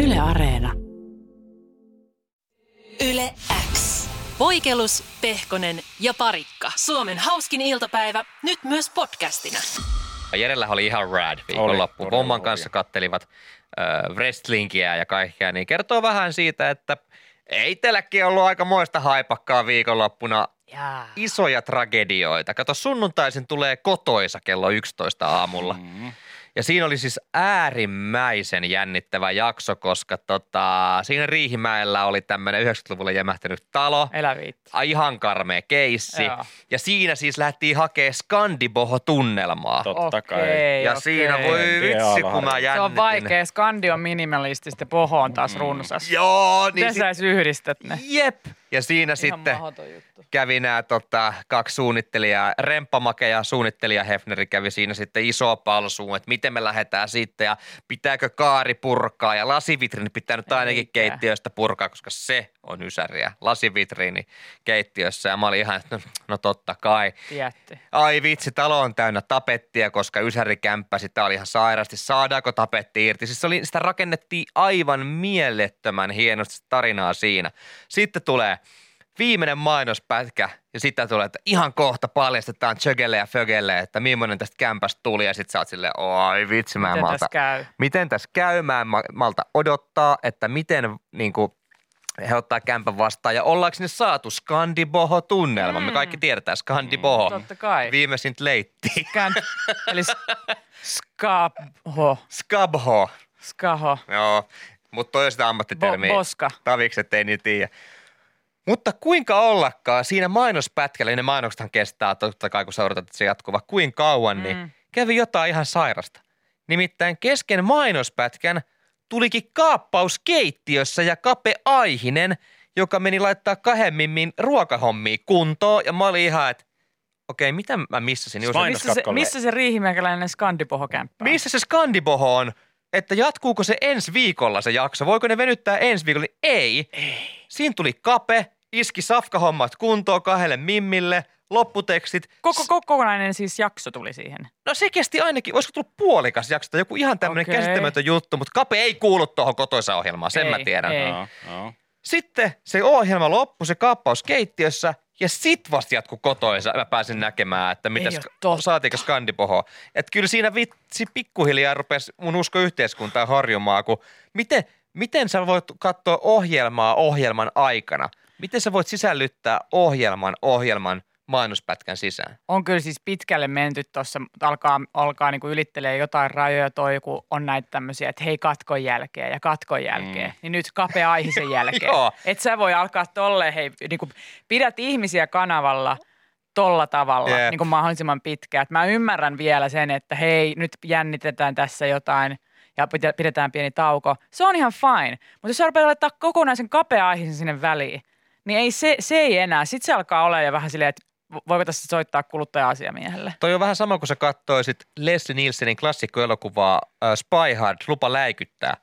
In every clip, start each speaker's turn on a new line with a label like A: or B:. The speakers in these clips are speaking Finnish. A: Yle Areena.
B: Yle X. Voikelus, Pehkonen ja Parikka. Suomen hauskin iltapäivä, nyt myös podcastina.
C: Jerellä oli ihan rad viikonloppu.
D: todella
C: Pomman
D: kovia.
C: kanssa kattelivat äh, wrestlingiä ja kaikkea, niin kertoo vähän siitä, että ei teilläkin ollut aika moista haipakkaa viikonloppuna.
B: Jaa.
C: Isoja tragedioita. Kato, sunnuntaisin tulee kotoisa kello 11 aamulla.
D: Mm.
C: Ja siinä oli siis äärimmäisen jännittävä jakso, koska tota, siinä Riihimäellä oli tämmöinen 90-luvulla jämähtänyt talo.
E: Elä viitti.
C: Ai, Ihan karmea keissi.
E: Joo.
C: Ja siinä siis lähtiin hakemaan Skandiboho-tunnelmaa.
D: Totta kai.
E: Okei,
C: Ja
E: okei.
C: siinä voi
D: En tiedä,
C: vitsi,
D: vähän.
C: kun mä jännitin.
E: Se on vaikea. Skandi on minimalistista ja poho on
D: Mm.
E: taas runsas.
C: Joo, niin
E: Miten
C: sit,
E: sä edes yhdistät ne?
C: jep. Ja siinä sitten
E: juttu.
C: kävi nämä tota, kaksi suunnittelijaa, Remppamake ja suunnittelija Hefneri kävi siinä sitten isoa palsuun, että miten me lähdetään sitten ja pitääkö kaari purkaa ja lasivitriini pitää nyt ainakin
E: Eikä.
C: keittiöstä purkaa, koska se on ysäriä, lasivitriini keittiössä ja mä olin ihan, että no, no totta kai.
E: Tietty.
C: Ai vitsi, talo on täynnä tapettia, koska Ysäri kämppäsi. Tämä oli ihan sairaasti. Saadaanko tapetti irti? Siis se oli, sitä rakennettiin aivan mielettömän hienosti sitä tarinaa siinä. Sitten tulee viimeinen mainospätkä ja sitten tulee, että ihan kohta paljastetaan Chögelle ja Fögelle, että millainen tästä kämpästä tuli ja sitten sä oot silleen, oi vitsi, mä en
E: Miten
C: malta
E: tässä käy?
C: miten tässä käy. Mä en ma- malta odottaa, että miten niin kuin, he ottaa kämpän vastaan ja ollaanko ne saatu Skandiboho-tunnelma. Mm. Me kaikki tiedetään Skandiboho.
E: Totta kai.
C: Viimeisin leitti.
E: Kään... Eli s- skaho.
C: Skabho.
E: Skaho.
C: Joo, mutta toi on sitä
E: Bo-
C: ammattitermiä.
E: boska.
C: Tavikset ei niin tiedä. Mutta kuinka ollakaan, siinä mainospätkällä, niin ne mainoksethan kestää totta kai kun seurataan, että se jatkuva, kuin kauan, mm. niin
E: Mm.
C: kävi jotain ihan sairasta. Nimittäin kesken mainospätkän tulikin kaappaus keittiössä ja Kape Aihinen, joka meni laittaa kahden mimmin ruokahommia kuntoon. Ja mä olin ihan, että okei, mitä mä missasin? Just,
D: Mainos-
E: Missä se,
D: katkolle.
E: missä se riihimäkäläinen skandipohokämppä on?
C: missä se Skandiboho on? Että jatkuuko se ensi viikolla se jakso? Voiko ne venyttää ensi viikolla? Niin Ei. Ei. Siinä tuli kape, iski safkahommat kuntoon kahdelle mimmille, lopputekstit.
E: Koko, koko kokonainen siis jakso tuli siihen.
C: No se kesti ainakin, olisiko tullut puolikas jakso tai joku ihan tämmöinen okay.
E: Okei.
C: käsittämätön juttu, mutta kape ei kuulu tuohon kotoisa ohjelmaan, sen ei, mä
E: Ei,
C: tiedän.
E: ei.
D: Joo, joo.
C: Sitten se ohjelma loppui, se kaappaus keittiössä ja sit vasta jatku kotoisa. Mä pääsin näkemään, että mitä
E: Ei oo totta.
C: saatiinko skandipohoa. Että kyllä siinä vitsi pikkuhiljaa rupesi mun usko yhteiskuntaa horjumaan, kun miten, miten sä voit katsoa ohjelmaa ohjelman aikana? Miten sä voit sisällyttää ohjelman ohjelman mainospätkän sisään?
E: On kyllä siis pitkälle menty tuossa, mutta alkaa, alkaa niinku ylittelee jotain rajoja toi, kun on näitä tämmöisiä, että hei katkon jälkeen ja katkon jälkeen. Mm. Niin nyt kapea aihisen jälkeen.
C: Joo.
E: Et sä voi alkaa tolleen, hei, niinku, pidät ihmisiä kanavalla tolla tavalla,
C: Jep.
E: yep. niin kuin mahdollisimman pitkään. Et mä ymmärrän vielä sen, että hei, nyt jännitetään tässä jotain ja pitä- pidetään pieni tauko. Se on ihan fine, mutta jos sä rupeat laittaa kokonaisen kapea aiheisen sinne väliin, niin ei se, se ei enää. Sitten se alkaa olla jo vähän silleen, että vo- voiko tässä soittaa kuluttaja-asiamiehelle.
C: Toi on vähän sama kuin sä katsoisit Leslie Nielsenin klassikkoelokuvaa äh, Spy Hard, Lupa läikyttää.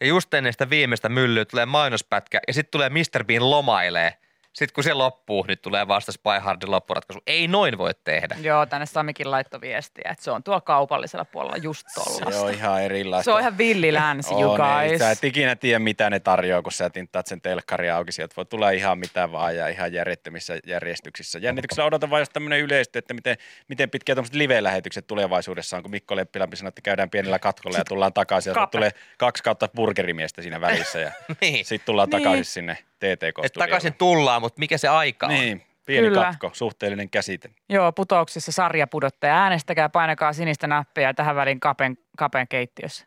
C: Ja just ennen sitä viimeistä myllyä tulee mainospätkä ja sitten tulee Mr. Bean lomailee. Sitten kun se loppuu, nyt tulee vasta Spy Hardin loppuratkaisu. Ei noin voi tehdä.
E: Joo, tänne Samikin laittoi viestiä, että se on tuo kaupallisella puolella just tolla.
D: Se on ihan erilaista.
E: Se on ihan villi länsi, you
D: On, ei, Sä
E: guys.
D: et ikinä tiedä, mitä ne tarjoaa, kun sä tinttaat sen telkkari auki. Sieltä voi tulla ihan mitä vaan ja ihan järjettömissä järjestyksissä. Jännityksellä odotan vain, jos tämmöinen yleistyy, että miten, miten pitkiä tämmöiset live-lähetykset tulevaisuudessa on, kun Mikko Leppilämpi sanoi, että käydään pienellä katkolla ja tullaan takaisin. Ja
E: Kape.
D: tulee kaksi kautta burgerimiestä siinä välissä ja
C: Niin.
D: sitten tullaan
E: Niin.
D: takaisin sinne
C: Et
D: TTK-studiolle.
C: takaisin tullaan, mutta mikä se aika on?
D: Niin, pieni
E: Kyllä.
D: katko, suhteellinen käsite.
E: Joo, putouksissa sarjapudottaja. Äänestäkää, painakaa sinistä nappia ja tähän väliin kapen, kapen keittiössä.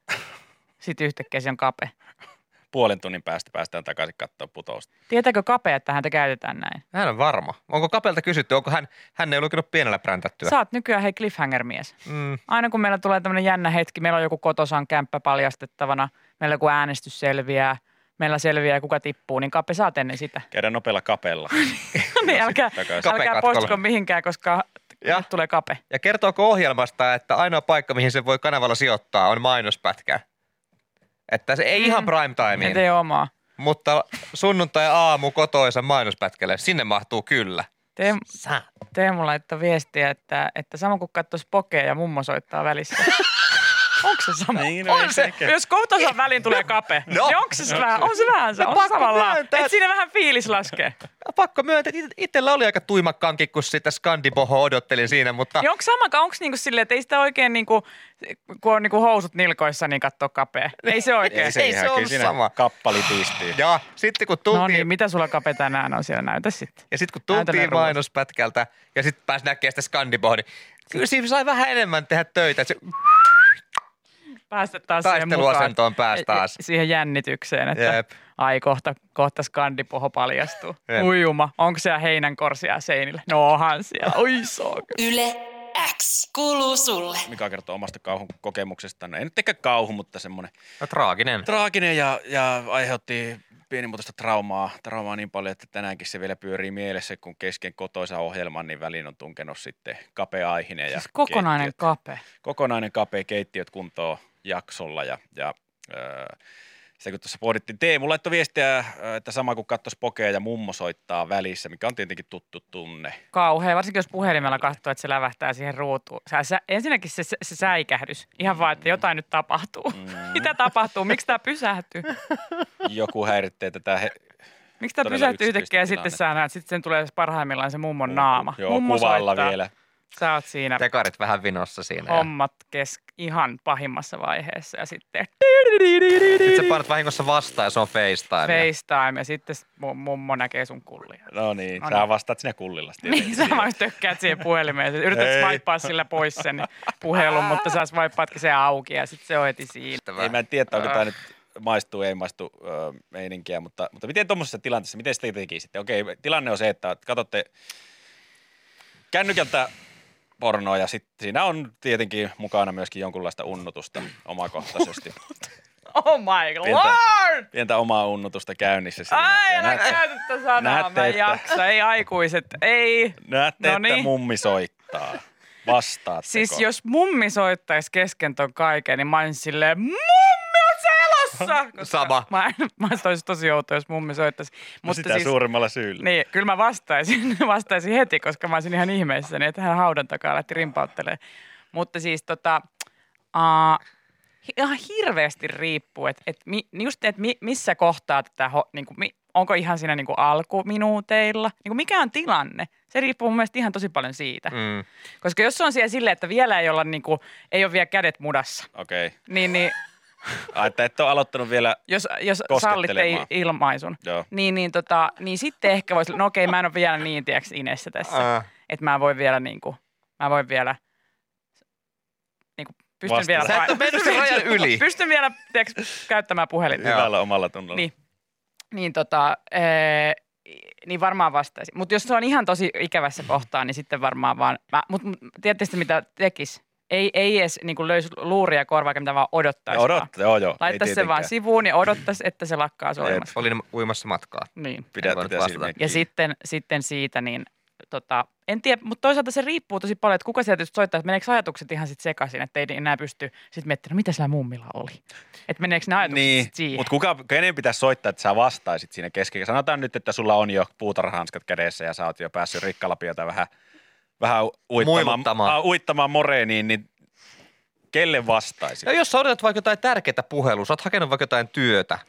E: Sitten yhtäkkiä se on kape.
D: Puolen tunnin päästä päästään takaisin katsoa putousta.
E: Tietääkö kapea, että häntä käytetään näin?
C: Hän on varma. Onko Kapelta kysytty, onko hän, hän ei lukenut pienellä präntättyä?
E: Sä oot nykyään hei cliffhanger-mies.
C: Mm.
E: Aina kun meillä tulee tämmöinen jännä hetki, meillä on joku kotosan kämppä paljastettavana, meillä joku äänestys selviää, meillä selviää kuka tippuu, niin kappe saat ennen sitä.
D: Käydään nopealla kapella.
E: niin älkää,
D: takaisin.
E: älkää
C: Kape
E: postiko
C: katkolla.
E: mihinkään, koska
C: Ja?
E: ja. nyt tulee kape.
C: Ja kertooko ohjelmasta, että ainoa paikka, mihin se voi kanavalla sijoittaa, on mainospätkä? Että se ei mm. ihan prime timeen.
E: Et ei ole omaa.
C: Mutta sunnuntai-aamu kotoisa mainospätkälle, sinne mahtuu kyllä.
E: Teem,
C: Sä.
E: Teemu laittoi viestiä, että, että sama kuin katsoisi pokea ja mummo soittaa välissä. Onko onko se sama?
D: Niin, no
C: On
D: ei
C: se.
D: ehkä.
E: Jos kohtaosan väliin tulee kape,
C: No.
E: no. niin onko se, se vähän, on se vähän se,
C: No
E: on se
C: pakko
E: tavallaan,
C: myöntää,
E: että
C: että-
E: siinä vähän fiilis laskee.
C: No, Pakko myöntää, että it- itsellä oli aika tuima kanki, kun sitä skandiboho odottelin siinä, mutta
E: Niin onko sama, onko niinku silleen, että ei sitä oikein, niinku, kun on niinku housut nilkoissa, niin katsoo kapea. Ei se oikein.
D: Ei se,
C: Ei
D: ihan,
C: se
D: kyllä
C: ollut
D: siinä
C: sama.
D: kappali tiistyy.
C: ja sitten kun tultiin,
E: No niin, mitä sulla kape tänään on siellä? Näytä sitten.
C: Ja sitten kun
E: Näytä ne
C: tultiin
E: ruuat.
C: mainospätkältä ja sitten pääsi näkemään sitä skandibohon, niin kyllä siinä sai vähän enemmän tehdä töitä. että Se
E: Päästä taas siihen mukaan.
C: taisteluasentoon pääsi taas.
E: Siihen jännitykseen, että
C: Jep.
E: ai kohta, kohta skandipoho paljastuu.
C: Jep.
E: Uijuma, onko siellä heinän korsia seinillä? No onhan siellä, oi sook.
B: Yle X kuuluu sulle.
D: Mika kertoo omasta kauhun kokemuksestaan. No, ei nyt ehkä kauhu, mutta semmoinen
C: No traaginen.
D: traaginen ja, ja aiheutti pienimuotoista traumaa, traumaa niin paljon, että tänäänkin se vielä pyörii mielessä, kun kesken kotoisa ohjelman, niin väliin on tunkenut sitten kapea aihinen. Ja
E: Siis kokonainen
D: keittiöt,
E: kape.
D: kokonainen kapea keittiöt kuntoon jaksolla ja, ja öö, sitä kun tuossa pohdittiin, Teemu laittoi viestiä, ö, että sama kuin katsoisi pokea ja mummo soittaa välissä, mikä on tietenkin tuttu tunne.
E: Kauhea, varsinkin jos puhelimella katsoo, että se lävähtää siihen ruutuun. Sä, sä, ensinnäkin se, se, se säikähdys, ihan vaan, että jotain nyt tapahtuu.
C: Mm.
E: Mitä tapahtuu? Miksi tämä pysähtyy?
D: Joku häiritsee tätä he-
E: Miksi tämä
D: Todella
E: pysähtyy
D: yksityistä
E: yhtäkkiä ja sitten sä näet, sitten sen tulee parhaimmillaan se mummon naama.
D: Joo,
E: Mummo
D: kuvalla
E: soittaa.
D: vielä.
E: Sä oot siinä
C: Tekarit vähän vinossa siinä. Homma.
E: hommat kes- ihan pahimmassa vaiheessa ja sitten
C: Sitten sä painat vahingossa vastaan ja se on FaceTime.
E: FaceTime ja sitten s- mu- mummo näkee sun kullia.
D: No niin,
E: No
D: sä
E: niin.
D: vastaat sinä kullilla. sitten
E: Niin, sä
D: tietenkin
E: vaan tökkäät siihen puhelimeen. Sä Yrität
D: Ei.
E: swipeaa sillä pois sen puhelun, mutta sä swipeaatkin se auki ja sitten se on heti siinä.
D: Ei mä en tiedä, onko
E: Äh.
D: tämä nyt maistuu, ei maistu öö, meininkiä, mutta, mutta miten tuommoisessa tilanteessa, miten sitä tekisitte? Okei, tilanne on se, että katsotte kännykältä pornoa ja sitten siinä on tietenkin mukana myöskin jonkunlaista unnutusta omakohtaisesti.
E: Oh my
D: Pientä-
E: lord!
D: Pientä omaa unnutusta käynnissä siinä.
E: Ai,
D: Ja
E: älä
D: näette-
E: käytä tätä sanaa,
D: näette,
E: mä en
D: että-
E: jaksa. Ei aikuiset, ei.
D: Näette,
E: No
D: että
E: niin.
D: mummi soittaa. Vastaatteko?
E: Siis jos mummi soittaisi kesken ton kaiken, niin mä olisin silleen, mummi on se elossa! Koska
C: Sama.
E: Mä, en, mä olisin tosi outo, jos mummi soittaisi.
D: No
E: Mutta
D: Sitä
E: siis,
D: suuremmalla syyllä.
E: Niin, kyllä mä vastaisin, vastaisin heti, koska mä olisin ihan ihmeissäni, että hän haudan takaa lähti rimpauttelemaan. Mutta siis tota, uh, ihan hirveästi riippuu, että et, mi- niin just, että mi, missä kohtaa tätä, ho, niin kuin, mi, onko ihan siinä niin kuin alkuminuuteilla, niin kuin mikä on tilanne. Se riippuu mun mielestä ihan tosi paljon siitä. Mm.
C: Mm.
E: Koska jos se on siellä silleen, että vielä ei, olla, niin kuin, ei ole vielä kädet mudassa,
D: Okei. Okay.
E: niin, niin
D: Ai, että et ole aloittanut vielä.
E: jos, jos sallitte
D: Koskettelemaan.
E: i- ilmaisun,
D: Joo.
E: niin, niin, tota, niin sitten ehkä voisi, no okei, mä en ole vielä niin, tiedäks, Inessä tässä.
C: Äh.
E: Että mä voin vielä niin kuin, mä voin vielä, niin kuin, pystyn
D: Vastata.
E: vielä,
C: Sä et ole mennyt sen rajan yli.
E: pystyn vielä, tiedäks, käyttämään puhelinta.
C: Joo.
D: Hyvällä omalla tunnolla.
E: Niin. Niin tota, ee, niin varmaan vastaisi. Mutta jos se on ihan tosi ikävässä kohtaa, niin sitten varmaan vaan, mutta mut, tiedättekö mitä tekisi? Ei, ei edes niin löisi luuria korvaa, eikä mitään vaan odottaisi. vaan.
D: Odottaa, joo joo. ei
E: Laittaisi sen vaan
D: tietenkään.
E: sivuun ja odottaisi, että se lakkaa soimasta.
C: Olin uimassa matkaa.
E: Niin.
D: Pidä
C: En voinut
D: tätä
C: vastata.
D: silmiä
E: Ja
D: kiinni.
E: sitten, sitten siitä, niin tota, en tiedä, mutta toisaalta se riippuu tosi paljon, että kuka sieltä just soittaa, että meneekö ajatukset ihan sitten sekaisin, että ei enää pysty sitten miettimään, no mitä sillä mummilla oli. Että meneekö ne ajatukset
D: Niin,
E: niin, siihen.
D: mutta kuka, kenen pitäisi soittaa, että sä vastaisit siinä keskellä? Sanotaan nyt, että sulla on jo puutarhanskat kädessä ja sä oot jo päässyt rikkalapiota vähän, vähän uittamaan,
C: Muiluttamaan.
D: a, uittamaan moreeniin, niin kelle vastaisit?
C: No jos sä odotat vaikka jotain tärkeää puhelua, sä oot hakenut vaikka jotain työtä,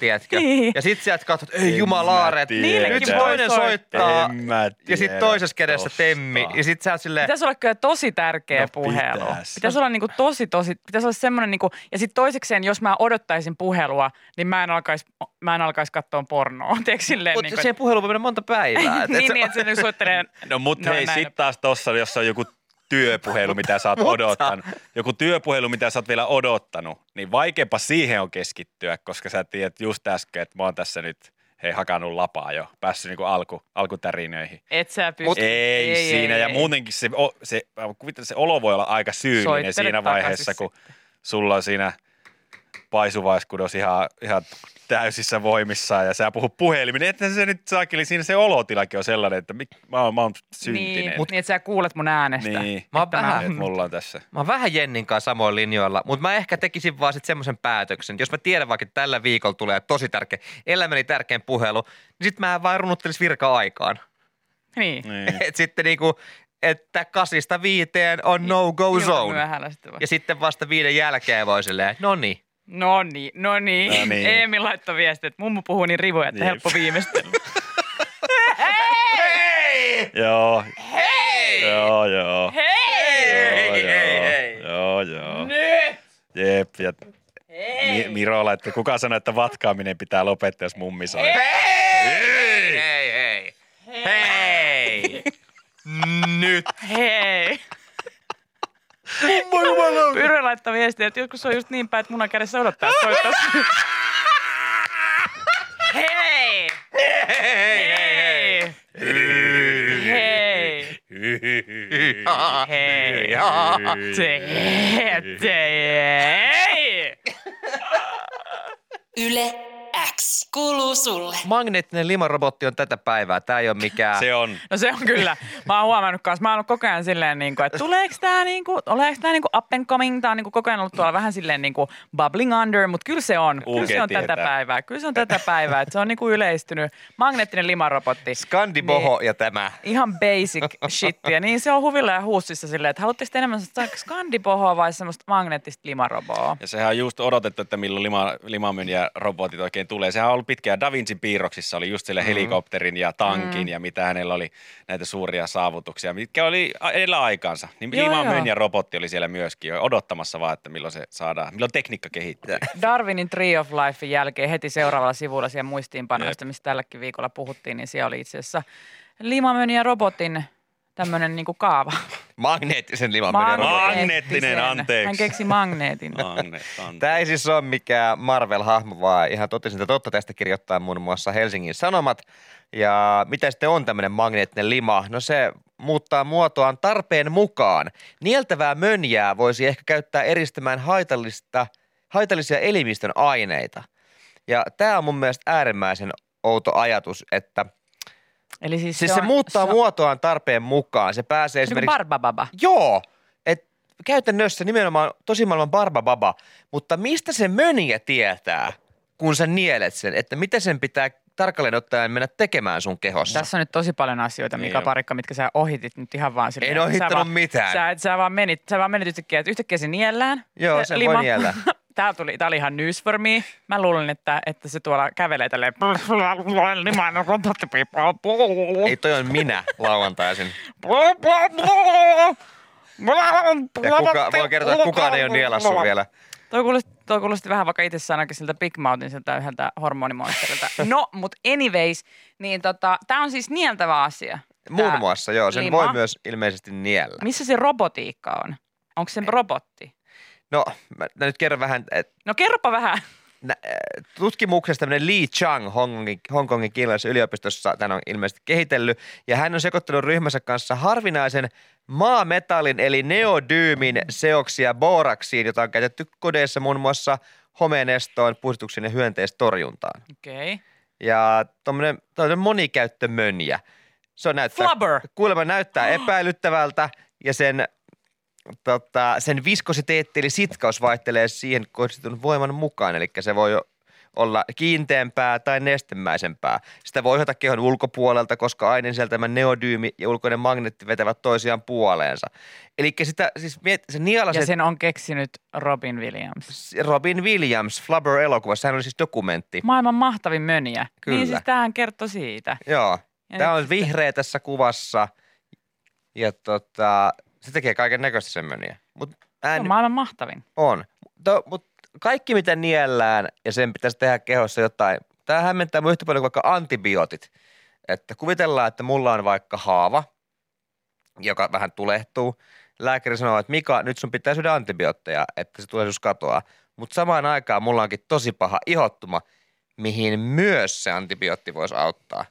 C: tiedätkö?
E: Niin.
C: Ja sit sieltä katsot,
D: En
C: ei
D: mä
C: jumalaaret,
D: tiedä.
C: nyt
E: Niillekin voi
C: toinen soittaa.
D: En mä
C: No, Ja sit
D: tiedä
C: toisessa kädessä
D: tosta.
C: temmi. Ja sit sä oot silleen,
E: Pitäisi olla kyllä tosi tärkeä
D: No
E: puhelu.
D: pitäis.
E: Pitäisi. olla niinku tosi, tosi, pitäisi olla semmoinen, niinku, ja sitten toisekseen, jos mä odottaisin puhelua, niin mä en alkaisi mä en alkais katsoa pornoa. Tiedätkö silleen,
C: mutta
E: niinku,
C: siihen puheluun voi mennä monta päivää. et- et
E: et, niin,
C: sä-
E: niin, että se niinku soittelee.
D: No mut
E: No
D: hei,
E: näin.
D: sit taas tossa, jos on joku työpuhelu, mitä sä oot odottanut, joku työpuhelu, mitä sä oot vielä odottanut, niin vaikeampa siihen on keskittyä, koska sä tiedät just äsken, että mä oon tässä nyt hei hakannut lapaa jo, päässyt niinku alku, alkutärinöihin.
E: Et sä pysty.
C: Mut-
D: ei, ei siinä, ja muutenkin se, o, se, mä kuvittelen, se olo voi olla aika syyllinen
E: Soittele
D: siinä
E: takaisin
D: vaiheessa, kun sulla on siinä paisuvaiskudos ihan, ihan täysissä voimissaan ja sä puhut puhelimen, että se nyt saakeli, siinä se olotilakin on sellainen, että mik, mä, oon, mä oon syntinen.
E: Niin, mut, niin, että sä kuulet mun äänestä.
D: Niin.
C: Mä oon
E: Että
C: vähän-
D: Et mulla on tässä.
C: Mä oon vähän Jennin kanssa samoin linjoilla, mutta mä ehkä tekisin vaan sit semmoisen päätöksen. Jos mä tiedän vaikka, että tällä viikolla tulee tosi tärkeä, elämäni tärkein puhelu, niin sit mä vaan runnuttelis virka-aikaan.
E: Niin.
D: Niin.
C: Et sitten niinku, että kasista viiteen
E: Niin,
C: on no-go
E: Ilman
C: No zone.
E: Myöhällä sitten
C: Ja sitten vasta viiden jälkeen voi silleen, no niin.
E: No niin, no niin.
D: No niin.
E: Eemi laittoi viestiä, että mummu puhuu niin rivoja, että
D: Jep.
E: helppo viimeistellä.
C: Hei!
D: Joo,
C: Hei!
D: joo, joo.
E: Hei!
D: Joo,
C: Hei, hei, hei.
D: Joo, joo, joo.
E: Nyt!
D: Jep, ja Mi-
E: Hei!
D: Miro laittoi, kuka sanoi, että vatkaaminen pitää lopettaa, jos mummi soi.
C: Hei! Hei, hei. Hei! Nyt.
E: Hei!
D: Voi jumala.
E: Pyry laittoi viestiä, että joskus se on just niin päin, että munan kädessä odottaa, että soittaisi. Hei!
C: Hei, hei, hei.
E: Hei! Hei! Ah, Hei! Se hei!
B: Yle X kuuluu sulle.
C: Magneettinen limarobotti on tätä päivää. Tämä ei ole mikään...
D: Se on.
E: No se on kyllä. Mä oon huomannut kanssa. Mä oon ollut koko ajan silleen, niin kuin, että tuleeko tää, niin kuin, oleeko tää niin kuin up and coming? Tää on niin kuin, koko ajan ollut tuolla vähän silleen niin kuin bubbling under, mutta kyllä se on. Kyllä
D: UG
E: se on tätä
D: tietää.
E: päivää. Kyllä se on tätä päivää. Että se on niin kuin yleistynyt. Magneettinen limarobotti. Niin,
C: Skandiboho ja tämä.
E: Ihan basic shittiä. Niin se on huvilla ja huussissa silleen, että haluatteko te enemmän sellaista skandipohoa vai semmoista magneettista limaroboa?
D: Ja sehän on just odotettu, että milloin lima, limamyyjä robotit oikein tulee. Sehän on ollut pitkään Da Vincin piirroksissa, oli just
E: Mm-hmm.
D: sille helikopterin ja tankin ja mitä hänellä oli näitä suuria saavutuksia, mitkä oli a- edellä aikaansa. Niin
E: Joo,
D: limamyyjä
E: joo.
D: robotti oli siellä myöskin jo odottamassa vaan, että milloin se saadaan, milloin tekniikka kehittyy.
E: Darwinin Tree of Lifein jälkeen heti seuraavalla sivulla siellä muistiinpanoista, mistä tälläkin viikolla puhuttiin, niin siellä oli itse asiassa limamön ja robotin tämmöinen niinku kaava.
C: Magneettisen limamyyjän robotti.
D: Magneettinen, anteeksi. No.
E: Hän keksi magneetin.
D: Anne, anne.
C: Tämä ei siis ole mikään Marvel-hahmo, vaan ihan totisinta totta tästä kirjoittaa muun muassa Helsingin Sanomat. Ja mitä sitten on tämmöinen magneettinen lima? No se muuttaa muotoaan tarpeen mukaan. Nieltävää mönjää voisi ehkä käyttää eristämään haitallista, haitallisia elimistön aineita. Ja tämä on mun mielestä äärimmäisen outo ajatus, että
E: Eli siis,
C: siis se, se muuttaa
E: se on,
C: muotoaan tarpeen mukaan. Se pääsee
E: niin kuin
C: esimerkiksi
E: barbababa.
C: Joo, et käytännössä nimenomaan tosi maailman barbababa, mutta mistä se mönjä tietää, kun sä nielet sen, että mitä sen pitää tarkalleen ottaen mennä tekemään sun kehossa?
E: Tässä on nyt tosi paljon asioita,
D: Niin
E: Mika
D: on.
E: Parikka, mitkä sä ohitit nyt ihan vaan silleen.
C: En
E: että sä
C: ohittanut
E: vaan-
C: mitään.
E: Sä, et- sä, vaan menit, sä vaan menit yhtäkkiä, että yhtäkkiä se niellään.
C: Joo, sen voi niellä.
E: Tää, tuli, tää oli ihan news for me. Mä luulin, että, että se tuolla kävelee tälleen. Limainen robottipipa.
C: Ei, toi on minä lauantaisin. Ja kuka, voi kertoa, että kukaan ei ole nielassut vielä.
E: Toi kuulosti, toi kuulosti vähän vaikka itse sanoinkin siltä Big Mouthin siltä yhdeltä hormonimonsterilta. No, mutta anyways, niin tota, tämä on siis nieltävä asia.
C: Muun
E: Tää Niin
C: muassa, joo, sen
E: lima.
C: voi myös ilmeisesti niellä.
E: Missä se robotiikka on? Onko se robotti?
C: No, mä mä nyt kerron vähän, että
E: No kerropa vähän.
C: nä- äh, tutkimuksessa tämmöinen Lee Chang Hongkongin, Hongkongin kiinalaisessa yliopistossa tämän on ilmeisesti kehitellyt. Ja hän on sekoittanut ryhmänsä kanssa harvinaisen maametallin eli neodyymin seoksia boraksiin, jota on käytetty kodeissa muun muassa homeenestoon, puhdistuksen ja hyönteistorjuntaan.
E: Okei. Okay.
C: Ja tuommoinen monikäyttömönjä. Se on näyttää,
E: Flubber.
C: kuulemma näyttää epäilyttävältä ja sen, tota, sen viskositeetti eli sitkaus vaihtelee siihen kohdistetun voiman mukaan. Eli se voi o- olla kiinteämpää tai nestemäisempää. Sitä voi ohjata kehon ulkopuolelta, koska aineen sieltämä neodyymi ja ulkoinen magneetti vetävät toisiaan puoleensa. Eli sitä siis miet, se
E: Ja
C: nielaset
E: sen on keksinyt Robin Williams.
C: Robin Williams Flubber-elokuvassa, hän oli siis dokumentti.
E: Maailman mahtavin mönjä.
C: Kyllä.
E: Niin siis tämähän kertoi siitä.
C: Joo.
E: Ja
C: Tämä
E: nyt
C: on vihreä tässä kuvassa ja tota, se tekee kaiken näköistä semmoinen. Mutta
E: Se on
C: ääni
E: maailman mahtavin.
C: on. To, mut kaikki mitä niellään ja sen pitäisi tehdä kehossa jotain. Tämä hämmentää minua yhtä paljon kuin vaikka antibiootit. Että kuvitellaan, että mulla on vaikka haava, joka vähän tulehtuu. Lääkäri sanoo, että Mika, nyt sun pitää syödä antibiootteja, että se tulehdus katoaa. Mutta samaan aikaan mulla onkin tosi paha ihottuma, mihin myös se antibiootti voisi auttaa.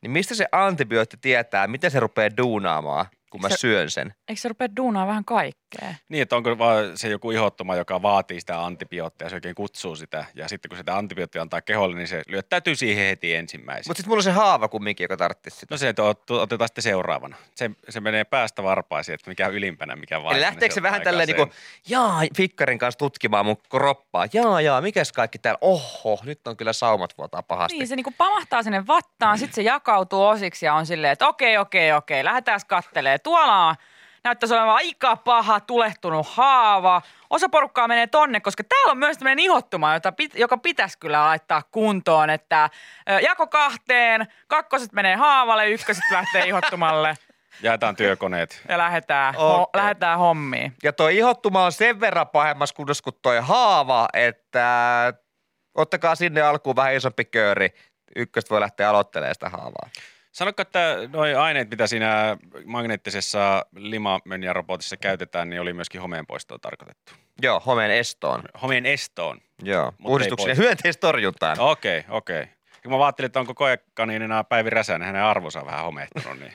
C: Niin mistä se antibiootti tietää, mitä se rupeaa duunaamaan, kun mä
E: Se-
C: syön sen?
E: Eikö se rupea duunaa vähän kaikkea?
D: Niin, että onko vaan se joku ihottuma, joka vaatii sitä antibioottia, se oikein kutsuu sitä. Ja sitten kun sitä antibioottia antaa keholle, niin se lyöttäytyy siihen heti ensimmäisenä.
C: Mutta sitten mulla on se haava kumminkin, joka tarvitsisi sitä.
D: No se että ot- otetaan sitten seuraavana. Se, se menee päästä varpaisiin, että mikä on ylimpänä, mikä niin
C: Eli
D: vain.
C: lähteekö se vähän tälleen niinku, jaa, fikkarin kanssa tutkimaan mun kroppaa, jaa, jaa, mikäs kaikki täällä, oho, nyt on kyllä saumat vuotaa pahasti.
E: Niin, se niinku pamahtaa sinne vattaan, sitten se jakautuu osiksi ja on silleen, että okei, okei, okei, lähdetään kattelee silleen, tuolla on, näyttäisi olevan aika paha tulehtunut haava. Osa porukkaa menee tonne, koska täällä on myös tämmöinen ihottuma, jota, pit- joka pitäisi kyllä laittaa kuntoon, että ö, jako kahteen, kakkoset menee haavalle, ykköset lähtee ihottumalle
C: niinku-
D: Jaetaan työkoneet.
E: ja lähdetään,
C: Okei.
E: ho- lähdetään hommiin.
C: Ja toi ihottuma on sen verran pahemmassa kunnossa kuin toi haava, että ottakaa sinne alkuun vähän isompi kööri. Ykköstä voi lähteä aloittelemaan sitä haavaa.
D: Sanokka, että noi aineet, mitä siinä magneettisessa limamönjärobotissa käytetään, niin oli myöskin homeenpoistoon tarkoitettu.
C: Joo, homeen estoon.
D: Homeen estoon.
C: Joo,
D: ei
C: puhdistuksen ja
D: pois.
C: hyönteistorjuntaan.
D: Okei, okay, okei. Okay. Kun mä ajattelin, että on koko ajan kaniinina Päivi Räsänen, hänen arvonsa on vähän homehtunut, niin...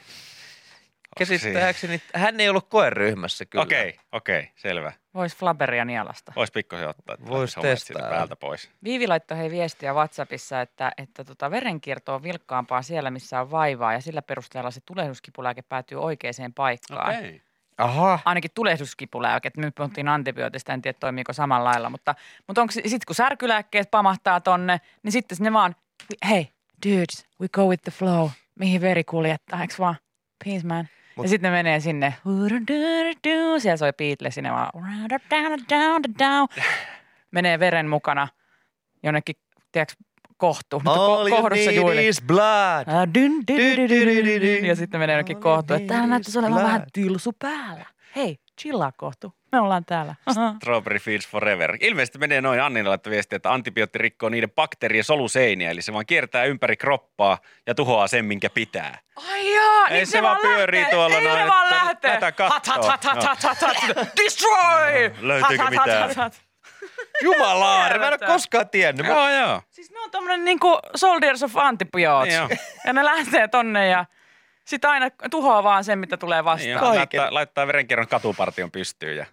C: Käsittääkseni hän ei ollut koeryhmässä kyllä.
D: Okei, okei, okay, selvä.
E: Voisi flaberia nielasta.
D: Voisi pikkusen ottaa, että
C: Vois
D: Vois homeet siitä
C: testailla.
D: päältä pois.
E: Viivi laittoi hei viestiä WhatsAppissa, että, että tota verenkierto on vilkkaampaa siellä, missä on vaivaa ja sillä perusteella se tulehduskipulääke päätyy oikeaan paikkaan.
D: Okei.
E: Okay.
D: Okay.
C: Aha.
E: Ainakin tulehduskipulääke, että nyt puhuttiin antibiootista, en tiedä toimiiko samalla lailla, mutta, mutta onko sitten kun särkylääkkeet pamahtaa tonne, niin sitten ne vaan, hei dudes, we go with the flow, mihin veri kuljettaa, eikö vaan, peace man.
C: Mut-
E: ja sitten ne menee sinne, siellä soi Beatles, ne vaan, menee veren mukana jonnekin, tiedätkö, kohtu, mutta
C: All
E: ko-
C: you
E: kohdussa
C: need
E: juuli.
C: is blood.
E: Ää, dyn, dyn, dyn, dyn, dyn, dyn, dyn. Ja sitten menee
C: All
E: jonnekin
C: you
E: kohtu, että täällä
C: need
E: näyttäisi
C: is
E: olevan vähän
C: blood.
E: tylsu päällä. Hei, chillaa kohtu, me ollaan täällä.
D: Strawberry Fields Forever. Ilmeisesti menee noin Annina laittoi viestiä, että antibiootti rikkoo niiden bakteerien soluseiniä, eli se vaan kiertää ympäri kroppaa ja tuhoaa sen, minkä pitää.
E: Ai jaa,
D: Ei
E: niin
D: se vaan pyörii
E: lähtee.
D: tuolla
E: Ei
D: noin,
E: ne vaan
D: että
E: lähtee.
D: tätä
E: Hat,
D: kattoo.
E: hat, hat, hat,
D: Joo.
E: hat, hat, hat. Destroy!
D: No, Löytyykö
E: Hat, hat, hat,
D: mitään?
E: hat, hat.
C: Jumalaari, mä en ole
E: Tiedetään.
C: koskaan tiennyt. Mä
D: Joo, joo.
E: Siis ne on tommonen niinku soldiers of antibiotes.
D: Niin on.
E: ja ne lähtee tonne ja sit aina tuhoaa vaan sen, mitä tulee vastaan.
D: Niin,
C: Kaiken.
D: laittaa, laittaa verenkierron katupartion pystyyn ja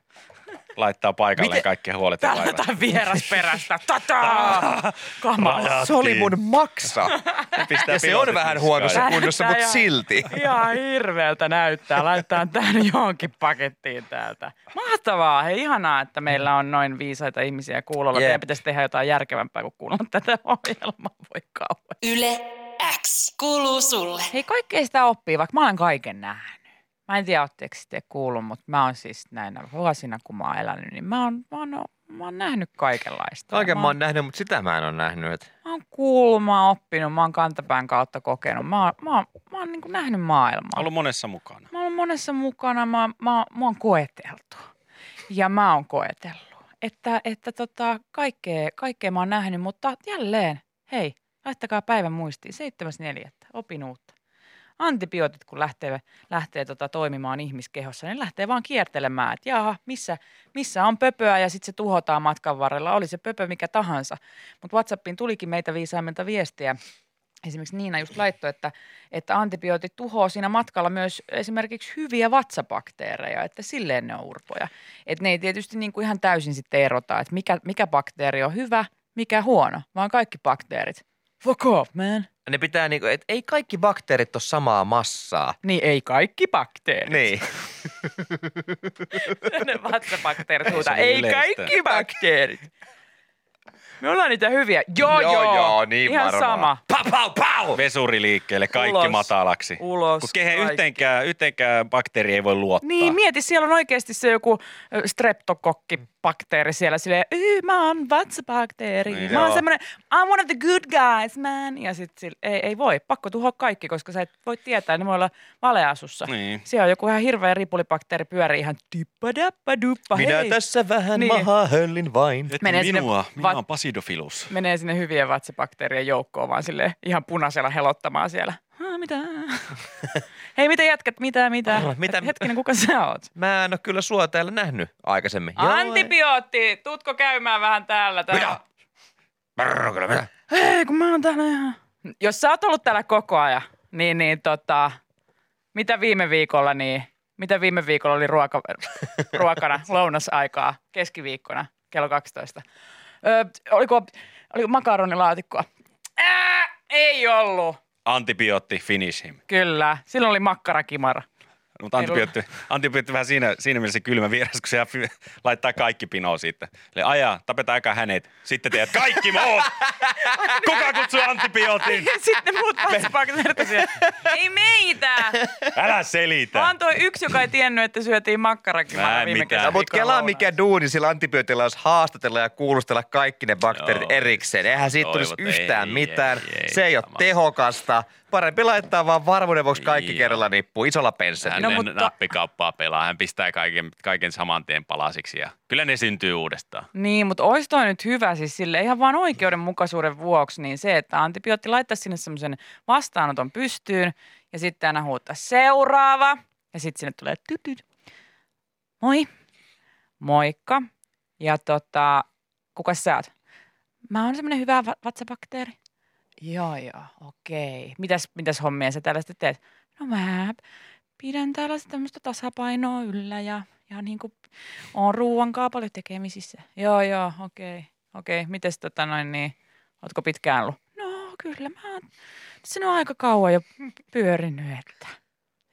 D: laittaa paikalleen
C: Miten-
D: kaikki huolet ja
E: Täällä
D: vaivat.
E: jotain vierasperästä. Tataa! Kamala.
C: Se oli mun maksa.
D: Ne pistää
C: Ja se
D: pilotit
C: on vähän
D: niskaan
C: huonossa
D: ja-
E: Tää-
C: kunnossa,
E: tää
C: mutta
E: joo.
C: silti.
E: Ihan hirveältä näyttää. Laitetaan tämän johonkin pakettiin täältä. Mahtavaa. Hei, ihanaa, että meillä on noin viisaita ihmisiä kuulolla.
C: Jep.
E: Meidän pitäisi tehdä jotain järkevämpää kuin kuunnella tätä ohjelmaa. Voi kauhean.
B: Yle X kuuluu sulle.
E: Hei, kaikkea sitä oppii, vaikka mä olen kaiken nähnyt. Mä en tiedä, oletteko te kuullut, mutta mä oon siis näinä vuosina, kun mä oon elänyt, niin mä oon, mä oon, mä oon nähnyt kaikenlaista.
C: Kaiken
E: mä
C: mä oon nähnyt, mutta sitä mä en ole nähnyt. että-
E: Mä oon kuullut, mä oon oppinut, mä oon kantapään kautta kokenut. Mä oon, mä oon, mä oon niin nähnyt maailmaa.
D: Ollut monessa mukana.
E: Mä oon monessa mukana, mä, mä, mä oon koeteltu. Ja mä oon koetellut. Että, että tota, kaikkea, kaikkea mä oon nähnyt, mutta jälleen, hei, laittakaa päivän muistiin, 7.4. opin uutta. Antibiootit, kun lähtee, lähtee tota, toimimaan ihmiskehossa, niin lähtee vaan kiertelemään, että jaha, missä, missä on pöpöä ja sitten se tuhotaan matkan varrella, oli se pöpö mikä tahansa. Mutta WhatsAppiin tulikin meitä viisaimmilta viestiä. Esimerkiksi Niina just laittoi, että, että antibiootit tuhoaa siinä matkalla myös esimerkiksi hyviä vatsabakteereja, että silleen ne on urpoja. Että ne ei tietysti niin kuin ihan täysin sitten erota, että mikä, mikä bakteeri on hyvä, mikä huono, vaan kaikki bakteerit. Fuck off, man.
C: Ne pitää niinku, et ei kaikki bakteerit ole samaa massaa.
E: Niin ei kaikki bakteerit.
C: Niin.
E: ne vatsabakteerit huutaa,
D: Ei se
C: niin
E: ei,
D: ole yleistä.
E: kaikki bakteerit. Me ollaan niitä hyviä. Joo, joo,
C: joo niin
E: ihan
C: varmaan.
E: sama.
C: Pau, pau, pau!
D: Vesuri liikkeelle, kaikki
E: Ulos.
D: matalaksi.
E: Ulos.
D: Kun kehen
E: kaikki.
D: yhteenkään, yhteenkään bakteeri ei voi luottaa.
E: Niin, mieti, siellä on oikeasti se joku ö,
C: Mm.
E: streptokokkibakteeri siellä silleen, yy, mä oon vatsabakteeri,
D: Niin,
E: niin, mä oon
C: joo.
E: semmoinen, I'm one of the good guys, man. Ja sit sille, ei, ei voi, pakko tuhoa kaikki, koska sä et voi tietää, ne voi olla valeasussa. Niin.
D: Niin.
E: Siellä on joku ihan hirveä ripulibakteeri pyörii ihan dippa-dappa-duppa,
C: Minä
E: hei.
C: tässä vähän
E: Niin.
C: mahaa höllin vain.
D: Et
E: Menee sinne
D: minua,
E: va-
D: minä oon pasidofilus.
E: Menee sinne hyvien vatsabakteerien joukkoon vaan sille ihan punaisella helottamaan siellä. "Haa, Mitä? Hei, mitä jätkät? Mitä, mitä?
C: Ah, mitä-
E: Et Hetkinen, kuka sä oot?
C: Mä en ole kyllä sua täällä nähnyt aikaisemmin. Joo, ei.
E: Antibiootti, tutko käymään vähän täällä? täällä?
C: Mitä? Brr, kyllä mitä?
E: Hei, kun mä oon täällä ihan... Jos sä oot ollut täällä koko ajan, niin, niin tota, mitä viime viikolla, niin mitä viime viikolla oli ruoka, ruokana lounasaikaa keskiviikkona kello 12? Öö, oliko, oliko makaronilaatikkoa? Ää, ei ollut.
D: Antibiootti, finish him.
E: Kyllä, silloin oli makkarakimara.
D: Mutta antibiootti, antibiootti vähän siinä, siinä mielessä kylmä vieras, kun se fy- laittaa kaikki pinoon siitä. Eli ajaa, tapetaan aika hänet, sitten teet kaikki muut! Kuka kutsuu antibiootin?
E: Sitten muut vastapaikat vertaisia. Ei meitä!
D: Älä selitä!
E: Vaan toi yksi, joka ei tiennyt, että syötiin
D: Mä
E: makkarakimalla
D: en
E: viime
D: mitään.
E: kesänä.
D: No,
C: Mutta kelaa mikä duuni sillä antibiootilla olisi haastatella ja kuulustella kaikki ne bakteerit
D: Joo.
C: erikseen. Eihän siitä tulisi
D: Toivot,
C: yhtään
D: ei,
C: mitään.
D: ei, ei,
C: se ei ole
D: sama.
C: tehokasta. Parempi laittaa vaan varmuuden vuoksi kaikki
D: Joo.
C: kerralla nippuun isolla pensselillä.
E: No, mutta-
D: nappikauppaa pelaa, hän pistää kaiken, kaiken saman tien palasiksi ja kyllä ne syntyy uudestaan.
E: Niin, mutta olisi toi nyt hyvä siis sille ihan vaan oikeudenmukaisuuden vuoksi, niin se, että antibiootti laittaisi sinne semmoisen vastaanoton pystyyn ja sitten aina huuttaa seuraava ja sitten sinne tulee tytyt. Moi. Moikka. Ja tota, kuka sä oot? Mä oon semmoinen hyvä va- vatsabakteeri. Joo, joo, okei. Mitäs, mitäs hommia sä tällaista teet? No mä pidän tällaista tämmöistä tasapainoa yllä ja, ja niin kuin on ruuan kanssa paljon tekemisissä. Joo, joo, okei. Okei, mites tota noin niin, ootko pitkään ollut? No kyllä, mä oon tässä on aika kauan jo pyörinyt, että.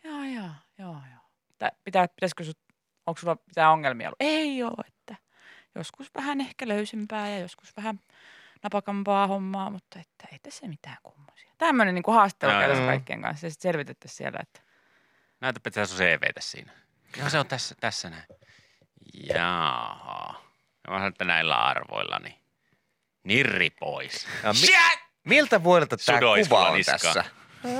E: Joo, joo, joo, joo. Tä, pitää, pitäisikö sut, onko sulla mitään ongelmia ollut? Ei oo, että joskus vähän ehkä löysempää ja joskus vähän napakampaa hommaa, mutta että ei tässä mitään kummoisia. Tämmöinen niin haastattelu
D: Joo,
E: käytäisiin
C: joo.
E: kaikkien kanssa ja sitten selvitettäisiin siellä, että
D: Näytäpä tässä on CVtä siinä. Joo, se on tässä, tässä näin. Jaaha. Ja mä sanon, että näillä arvoilla, niin nirri pois.
C: Ja mi- miltä vuodelta tämä
D: Sudoiskulla
C: kuva on
D: niskaan.
C: tässä?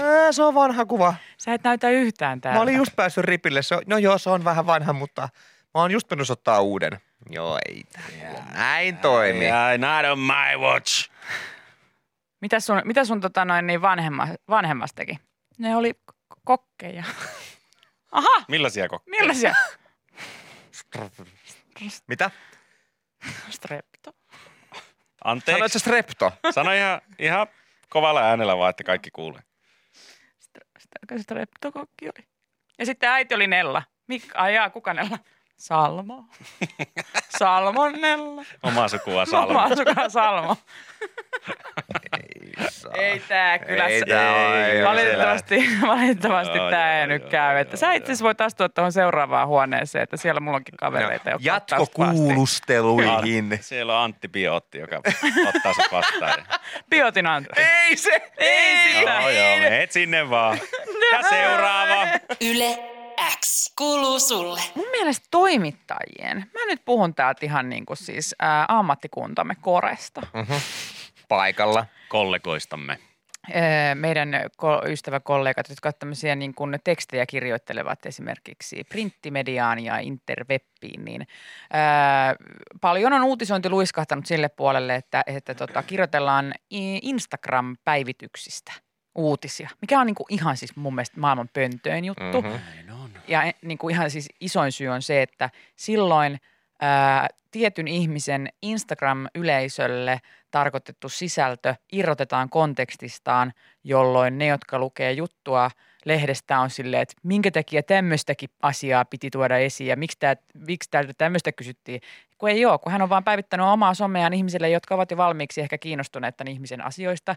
C: Ää, se on vanha kuva.
E: sä et näytä yhtään
C: Mä
E: täältä.
C: olin just päässyt ripille. Se on, no joo, se on vähän vanha, mutta mä oon just mennyt ottaa uuden. Joo, ei tää. Näin toimii.
D: Yeah, not on my watch.
E: Mitä sun, mitä sun tota noin, niin vanhemma, vanhemmas teki? Ne oli k- kokkeja.
D: Ah!
E: Aha,
D: Millaisia kokkeja?
E: millaisia?
C: Mitä?
E: Strepto.
D: Anteeksi,
C: Sanoit se strepto.
D: sano ihan, ihan kovalla äänellä vaan, että kaikki kuulee.
E: Stre- stre- Streptokokki oli. Ja sitten äiti oli Nella. Mik, ajaa, kuka Nella? Salmo. Salmonella.
D: Oma sukua
E: Mä
D: Salmo.
E: asukaan Salmo. Ei tää
C: Ei
E: kylässä.
C: tää ole, ei ole
E: Valitettavasti, valitettavasti
D: Joo,
E: tämä
D: joo,
E: ei nyt
D: joo,
E: käy.
D: joo,
E: Että sä
D: joo.
E: siis
D: No,
E: itse asiassa voit astua tuohon seuraavaan huoneeseen, että siellä mulla onkin kavereita. jotka ottaa sut vastaan.
C: Jatkokuulusteluihin.
D: Siellä on antibiootti, joka ottaa sut vastaan.
E: Biotin Antti.
C: Ei se!
E: Ei sitä.
D: Joo, joo, meet sinne vaan. Ja seuraava.
B: Yle X kuuluu sulle.
E: Mun mielestä toimittajien, mä nyt puhun täältä ihan niin kuin siis ää, ammattikuntamme koresta.
D: Mm.
C: Paikalla.
D: Kollegoistamme.
E: Ää, meidän ko- ystäväkollegat, jotka ovat tämmöisiä niin kuin tekstejä kirjoittelevat esimerkiksi printtimediaan ja interwebbiin, niin ää, paljon on uutisointi luiskahtanut sille puolelle, että, että tota, kirjoitellaan i- Instagram-päivityksistä uutisia, mikä on niin kuin ihan siis mun mielestä maailman pöntöön
D: Mm-hmm.
E: juttu.
C: Mhm.
D: Näin on.
E: Ja en- niin kuin ihan siis isoin syy on se, että silloin ää, tietyn ihmisen Instagram-yleisölle tarkoitettu sisältö irrotetaan kontekstistaan, jolloin ne, jotka lukee juttua lehdestä, on silleen, että minkä takia tämmöistäkin asiaa piti tuoda esiin ja miksi, tää, miksi täältä tämmöistä kysyttiin. Kun ei ole, kun hän on vaan päivittänyt omaa someaan ihmisille, jotka ovat jo valmiiksi ehkä kiinnostuneet tämän ihmisen asioista,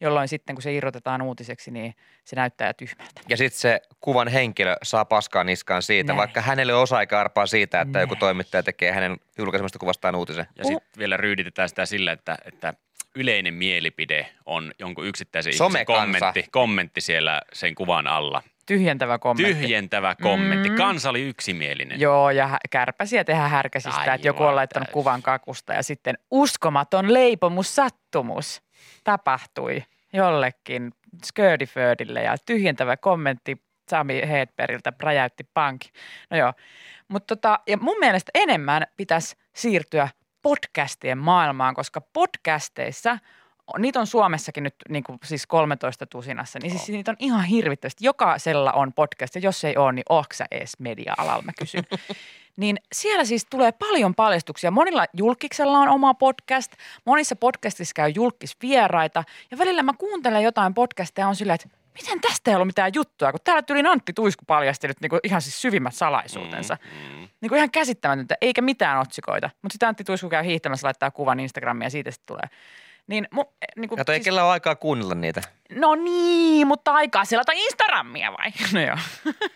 E: jolloin sitten kun se irrotetaan uutiseksi, niin se näyttää tyhmältä.
C: Ja sitten se kuvan henkilö saa paskaa niskaan siitä,
E: Näin.
C: vaikka hänelle osa eikä arpaa siitä, että joku
E: Näin.
C: toimittaja tekee hänen julkaisemasta kuvastaan uutisen.
D: Ja sitten vielä ryyditetään sitä sillä, että, että yleinen mielipide on jonkun yksittäisen ihmisen
C: Somekansa.
D: kommentti, kommentti siellä sen kuvan alla.
E: Tyhjentävä kommentti.
D: Tyhjentävä kommentti.
E: Mm.
D: Kansa oli yksimielinen.
E: Joo, ja hä- kärpäsiä tehdään härkäsistä,
D: Aivan
E: että joku on laittanut
D: täysin.
E: kuvan kakusta ja sitten uskomaton leipomussattumus tapahtui jollekin Skördifördille ja tyhjentävä kommentti Sami Hedbergiltä räjäytti pankki. No joo, mutta tota, ja mun mielestä enemmän pitäisi siirtyä podcastien maailmaan, koska podcasteissa Niitä on Suomessakin nyt niin kuin siis 13 tusinassa, niin siis niitä on ihan hirvittävästi. Jokaisella on podcast ja jos ei ole, niin ootko sä ees media-alalla, mä kysyn. niin siellä siis tulee paljon paljastuksia. Monilla julkiksella on oma podcast, monissa podcastissa käy julkisvieraita ja välillä mä kuuntelen jotain podcasteja ja on sillä, että miten tästä ei ollut mitään juttua, kun täällä tylin Antti Tuisku paljasti nyt niin kuin ihan siis syvimmät salaisuutensa.
D: Mm.
E: Niin kuin ihan käsittämätöntä, eikä mitään otsikoita. Mutta sitä Antti Tuisku käy hiihtämässä, laittaa kuvan Instagramiin ja siitä sitten tulee. Niin, mu, eh, niin kuin,
C: Kato, ei
E: siis,
C: kellä ole aikaa kuunnella niitä.
E: no niin, mutta aikaa siellä tai Instagramia vai? No joo.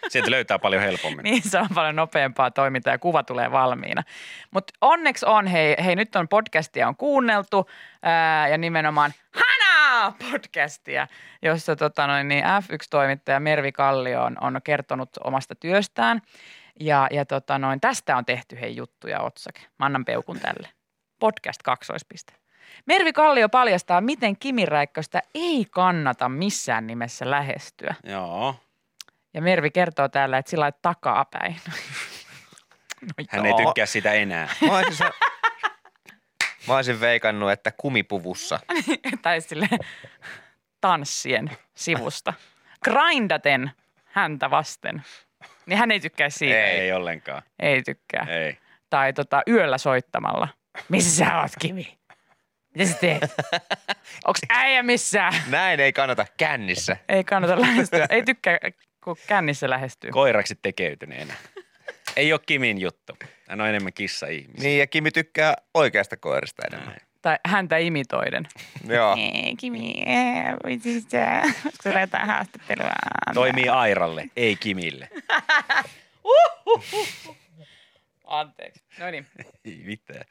D: Sieltä löytää paljon helpommin.
E: Niin, se on paljon nopeampaa toimintaa ja kuva tulee valmiina. Mutta onneksi on, hei, hei, nyt on podcastia on kuunneltu ää, ja nimenomaan Hanaa podcastia, jossa tota noin, niin F1-toimittaja Mervi Kallio on, on kertonut omasta työstään. Ja, ja tota noin, tästä on tehty hei juttuja otsake. Mä annan peukun tälle. Podcast kaksoispiste. Mervi Kallio paljastaa, miten Kimi Räikköstä ei kannata missään nimessä lähestyä.
D: Joo.
E: Ja Mervi kertoo täällä, että sillä lailla takapäin. No
D: Hän ei
E: joo.
D: tykkää sitä enää.
C: Mä olisin, sa- Mä olisin veikannut, että kumipuvussa.
E: tai sille tanssien sivusta. Grindaten häntä vasten. Niin hän ei tykkää siitä.
D: Ei, ei ollenkaan.
E: ei tykkää.
D: Ei.
E: Tai tota, yöllä soittamalla. Missä sä oot, Kimi? Mitä sä teet? Onks äijä missään?
C: Näin ei kannata kännissä.
E: Ei kannata lähestyä. Ei tykkää, kun kännissä lähestyy.
D: Koiraksi tekeytyneenä. Ei ole Kimin juttu. Hän on enemmän kissa-ihmisiä.
C: Niin, ja Kimi tykkää oikeasta koirista enemmän.
E: tai häntä imitoiden.
C: Joo.
E: Ei, Kimi, vitsi sä. Onko sulla jotain haastattelua?
D: Toimii Airalle, ei Kimille.
E: Anteeksi. No niin.
D: Ei mitään.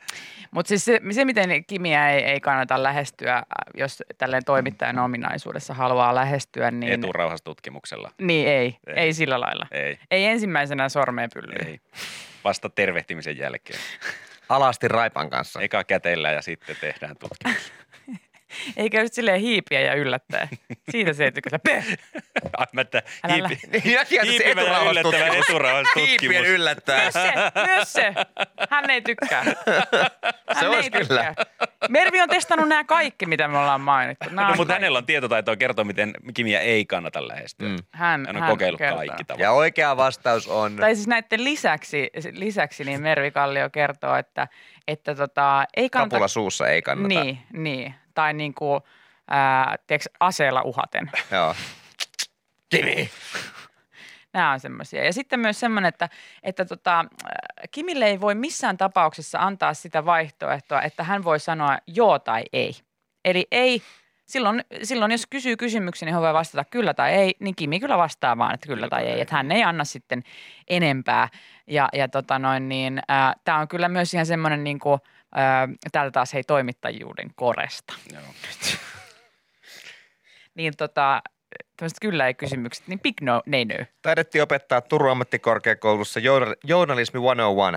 E: Mutta siis se, se, miten Kimiä ei, ei kannata lähestyä, äh, jos tälleen toimittajan ominaisuudessa haluaa lähestyä, niin...
D: Eturauhastutkimuksella.
E: Niin ei, ei,
D: Ei.
E: ei sillä lailla. Ei,
D: Ei,
E: ei ensimmäisenä sormeen pyllyyn.
D: ei. Vasta tervehtimisen jälkeen.
C: Alasti Raipan kanssa.
D: Eka kätellä ja sitten tehdään tutkimus.
E: Eikä just silleen hiipiä ja yllättää. Siitä se ei tykätä. Pöh!
D: Aina että
E: Älä
D: hiipi,
C: Ja sieltä se
D: hiipivä ja yllättävä
C: eturauhastutkimus.
D: eturauhastutkimus.
C: Hiipien yllättää.
E: Myös se, myös se. Hän ei tykkää. Hän
C: Se
E: ei
C: olisi kyllä.
E: tykkää. Mervi on testannut nämä kaikki, mitä me ollaan mainittu. Nää
D: No,
E: on
D: mutta
E: kaikki.
D: hänellä on tietotaitoa kertoa, miten Kimiä ei kannata lähestyä.
C: Mm.
D: Mm.
E: hän,
D: Hän on kokeillut kaikki
C: Ja
D: tavallaan.
C: oikea vastaus on...
E: Tai siis näiden lisäksi, lisäksi niin Mervi Kallio kertoo, että, että tota, ei kannata...
C: Kapula suussa ei kannata.
E: Niin, niin. Tai niin kuin, ää, tiedätkö, aseella uhaten.
C: Joo. Kimi!
E: Nämä on semmoisia. Ja sitten myös semmoinen, että, että tota, äh, Kimille ei voi missään tapauksessa antaa sitä vaihtoehtoa, että hän voi sanoa joo tai ei. Eli ei, silloin, silloin jos kysyy kysymyksen, niin hän voi vastata kyllä tai ei, niin Kimi kyllä vastaa vaan, että kyllä, kyllä tai, ei. Että hän ei anna sitten enempää. Ja, ja tota noin, niin, äh, tämä on kyllä myös ihan semmoinen niin kuin, äh, täällä taas hei toimittajuuden koresta.
D: Joo.
E: Niin tota, tämmöiset kyllä ei kysymykset, niin big no, nei no.
C: Taidettiin opettaa Turun ammattikorkeakoulussa jour- journalismi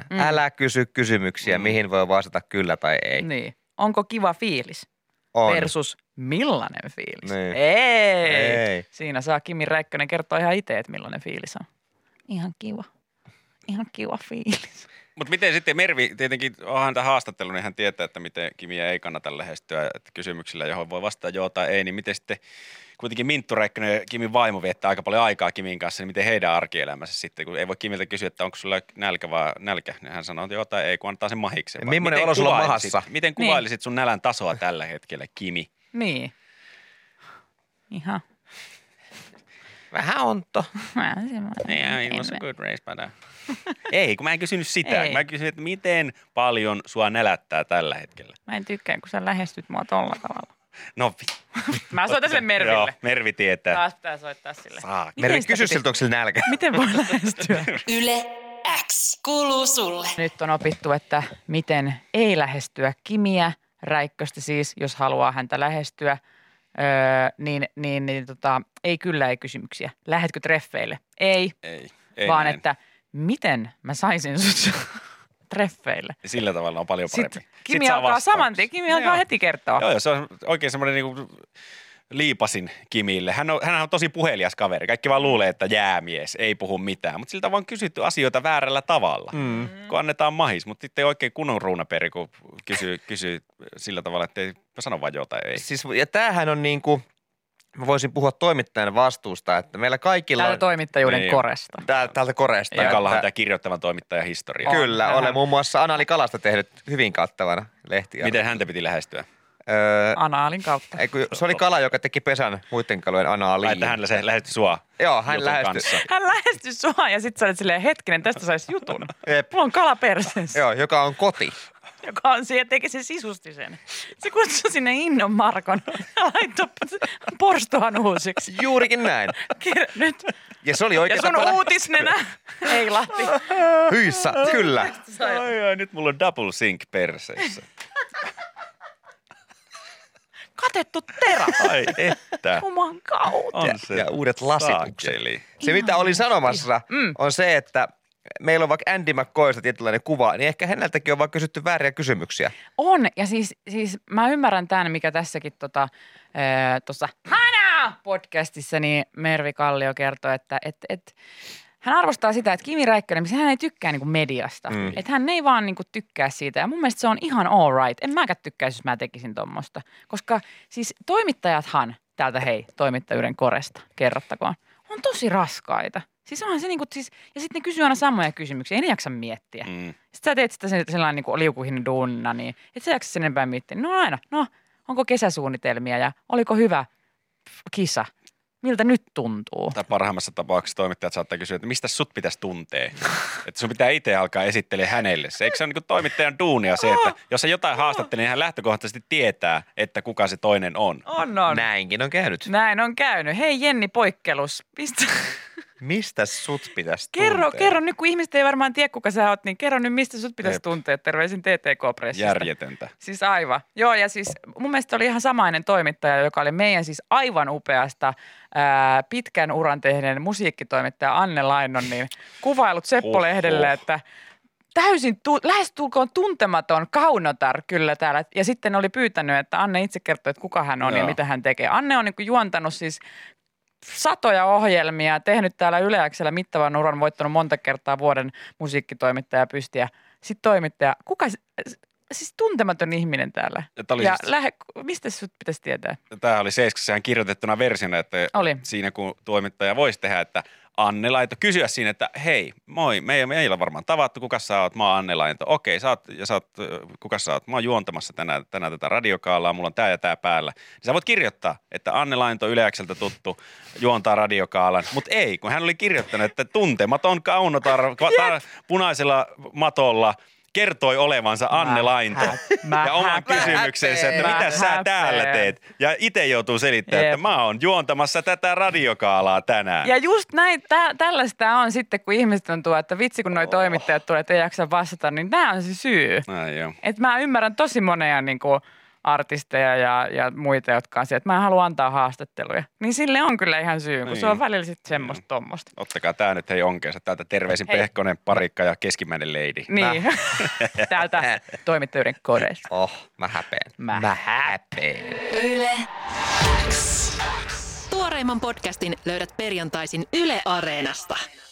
C: 101.
E: Mm.
C: Mm. Älä kysy kysymyksiä, mm.
D: Mm.
C: mihin voi vastata kyllä tai ei.
E: Niin. Onko kiva fiilis?
C: On.
E: versus millainen fiilis.
C: Niin.
E: Ei.
C: Ei.
E: Siinä saa Kimi Räikkönen kertoa ihan itse, että millainen fiilis on. Ihan kiva. Ihan kiva fiilis.
D: Mutta miten sitten Mervi, tietenkin onhan häntä haastattelu, niin hän tietää, että miten Kimiä ei kannata lähestyä että kysymyksillä, johon voi vastata joo tai ei, niin miten sitten kuitenkin Minttu Räikkönen ja Kimin vaimo viettää aika paljon aikaa Kimin kanssa, niin miten heidän arkielämänsä sitten, kun ei voi Kimiltä kysyä, että onko sulla nälkä vai nälkä, niin hän sanoo, että joo tai ei, kun antaa sen mahikseen. Vai
C: Niin, Millainen
D: miten
C: olo sulla on
D: kuvailisit-
C: mahassa?
D: Miten kuvailisit sun nälän tasoa tällä hetkellä, Kimi?
E: Niin. Ihan.
C: Vähän onto.
E: Mä en semmoinen.
D: Yeah, Niin, it
E: Niin, En
D: was a
E: mä-
D: good race, but... uh, Ei, kun mä en kysynyt sitä.
E: Ei.
D: Mä kysyin, että miten paljon sua nälättää tällä hetkellä.
E: Mä en tykkää, kun sä lähestyt mua tolla tavalla.
D: No,
E: Mä soitan sille Merville.
D: Joo, Mervi tietää.
E: Taas pitää soittaa sille.
D: Saak.
E: Miten
C: Meri,
E: sitä
C: kysy
E: piti-
C: siltä, onko sillä nälkä.
E: Miten voi lähestyä?
B: Yle X kuuluu sulle.
E: Nyt on opittu, että miten ei lähestyä Kimiä, Räikköstä siis, jos haluaa häntä lähestyä, öö, niin, niin, niin tota, ei kyllä ei kysymyksiä. Lähetkö treffeille? Ei,
D: Ei,
E: ei
D: ei niin.
E: vaan
D: näin.
E: että miten mä saisin sut treffeille.
D: Sillä tavalla on paljon parempi.
E: Sitten
D: No Sit
E: Kimi
D: saa
E: alkaa
D: vastauksen.
E: saman tien, Kimi alkaa
D: Joo.
E: heti kertoa.
D: Joo, joo, se on oikein semmoinen niinku liipasin Kimille. Hän on, hän on tosi puhelias kaveri. Kaikki vaan luulee, että jäämies, ei puhu mitään. Mutta siltä on vaan kysytty asioita väärällä tavalla, mm. kun annetaan mahis. Mutta sitten ei oikein kunnon ruunaperi, kun kysyy, kysyy sillä tavalla, että ei sano vaan jotain ei.
C: Siis, ja tämähän on niin kuin, mä voisin puhua toimittajan vastuusta, että meillä kaikilla
E: Täällä
C: on...
E: toimittajuuden
D: Niin.
E: koresta.
C: Tää- täältä koreasta.
D: Takallahan tämä kirjoittavan toimittajan historia.
E: On,
C: Kyllä,
E: vähän.
C: olen muun muassa Anali Kalasta tehnyt hyvin kattavana lehtiä.
D: Miten häntä piti lähestyä?
C: Öö,
E: Anaalin kautta.
C: ei, kun se oli kala, joka teki pesän muiden kalojen
D: Ai,
C: anaaliin.
D: että
E: Niin.
D: hän se lähestyi sua
C: Joo, hän
D: jutun
C: lähestyi.
D: kanssa.
E: Hän lähestyi sua ja sitten sä olet silleen, hetkinen, tästä saisi jutun.
C: Jep.
E: Mulla on kala perseessä.
C: Joo, joka on koti.
E: joka on siellä, teki sen sisusti sen. Se kutsui sinne Innon Markon ja laittoi porstohan uusiksi.
C: Juurikin näin.
E: Kir- nyt.
C: Ja se oli
E: Ja
C: oikeastaan...
E: sun uutisnenä. Ei Lahti.
C: Hyissä, kyllä.
D: Ai, ai, nyt mulla on double sink perseissä.
E: Katettu terä.
D: Ai että.
E: Juman kautta.
D: On se.
C: Ja uudet lasitukset.
D: Saakeli.
C: Se, mitä olin sanomassa,
E: Mm.
C: on se, että meillä on vaikka Andy McCoysta tietynlainen kuva, niin ehkä häneltäkin on vaan kysytty vääriä kysymyksiä.
E: On, ja siis, siis mä ymmärrän tämän, mikä tässäkin tota, ää, tuossa Hana podcastissa niin Mervi Kallio kertoi, että et, et, hän arvostaa sitä, että Kimi Räikkönen, missä hän ei tykkää niinku mediasta. Mm. Että hän ei vaan niinku tykkää siitä. Ja mun mielestä se on ihan all right. En mäkään tykkäisi, jos mä tekisin tuommoista. Koska siis toimittajathan täältä hei, toimittajuuden koresta, kerrottakoon, on tosi raskaita. Siis onhan se niinku, siis, ja sitten ne kysyy aina samoja kysymyksiä, ei ne jaksa miettiä.
D: Mm.
E: Sitten sä teet sitä sen- sellainen niin liukuhin duunna, niin et sä jaksa sen enempää miettiä. No aina, no onko kesäsuunnitelmia ja oliko hyvä pff, kisa? Miltä nyt tuntuu?
D: Tai parhaimmassa tapauksessa toimittajat saattaa kysyä, että mistä sut pitäisi tuntea? että sun pitää itse alkaa esittelee hänelle. Se, eikö se ole niin toimittajan duunia se, että jos se jotain haastattelee, niin hän lähtökohtaisesti tietää, että kuka se toinen on.
E: On, on. Näin.
C: Näinkin on käynyt.
E: Näin on käynyt. Hei Jenni Poikkelus, mistä?
C: Mistä sut pitäisi
E: kerro,
C: tuntea?
E: kerro nyt, kun ihmiset ei varmaan tiedä, kuka sä oot, niin kerro nyt, mistä sut pitäisi
D: Jep.
E: tuntea. Terveisin TTK-pressista.
D: Järjetöntä.
E: Siis aivan. Joo, ja siis mun mielestä oli ihan samainen toimittaja, joka oli meidän siis aivan upeasta ää, pitkän uran tehneen musiikkitoimittaja Anne Lainon, niin kuvailut Seppo
D: Oho.
E: Lehdelle, että täysin, tu- lähestulkoon tuntematon kaunotar kyllä täällä. Ja sitten oli pyytänyt, että Anne itse kertoo, että kuka hän on ja
D: Joo.
E: mitä hän tekee. Anne on niin juontanut siis satoja ohjelmia, tehnyt täällä Yleäksellä mittavan uran, voittanut monta kertaa vuoden musiikkitoimittaja pystiä. Sitten toimittaja, kuka, s- s- siis tuntematon ihminen täällä.
D: Ja tää oli
E: ja
D: siis-
E: lähe, mistä sut pitäisi tietää?
D: Tämä oli Seiskassahan kirjoitettuna versiona, että
E: Oli.
D: siinä kun toimittaja voisi tehdä, että Anne Laito kysyä siinä, että hei, moi, me ei, me ei ole varmaan tavattu, kuka sä oot, mä oon Anne Laito. Okei, sä oot, ja sä oot, ö, kuka sä oot, mä oon juontamassa tänään, tänään tätä radiokaalaa, mulla on tää ja tää päällä. Niin sä voit kirjoittaa, että Anne Lainto Yleäkseltä tuttu juontaa radiokaalan, mutta ei, kun hän oli kirjoittanut, että tuntematon kaunotar kva- tar, punaisella matolla kertoi olevansa Anne
E: Mä
D: Lainto
E: hä- mä
D: ja oman
E: häpeän.
D: kysymyksensä, että
E: Mä
D: mitä sä
E: häpeän.
D: täällä teet? Ja itse joutuu selittämään,
E: Jep.
D: että mä oon juontamassa tätä radiokaalaa tänään.
E: Ja just näin, tä, tällaista on sitten, kun ihmiset on tuo, että vitsi kun noi toimittajat tulee, että ei jaksa vastata, niin tämä on se syy.
D: Ai joo.
E: Et mä ymmärrän tosi monia niin kuin artisteja ja, ja muita, jotka on siellä, että mä en halua antaa haastatteluja. Niin sille on kyllä ihan syy, kun se
D: Niin.
E: on välillä sitten semmoista tommosta.
D: Ottakaa tää nyt hei onkeensa. Täältä terveisin
E: Hei.
D: Pehkonen, Parikka ja keskimmäinen leidi.
E: Niin, täältä toimittajuuden kodeista.
C: Oh, mä häpeen.
E: Mä
C: häpeen.
B: Yle X. Tuoreimman podcastin löydät perjantaisin Yle Areenasta.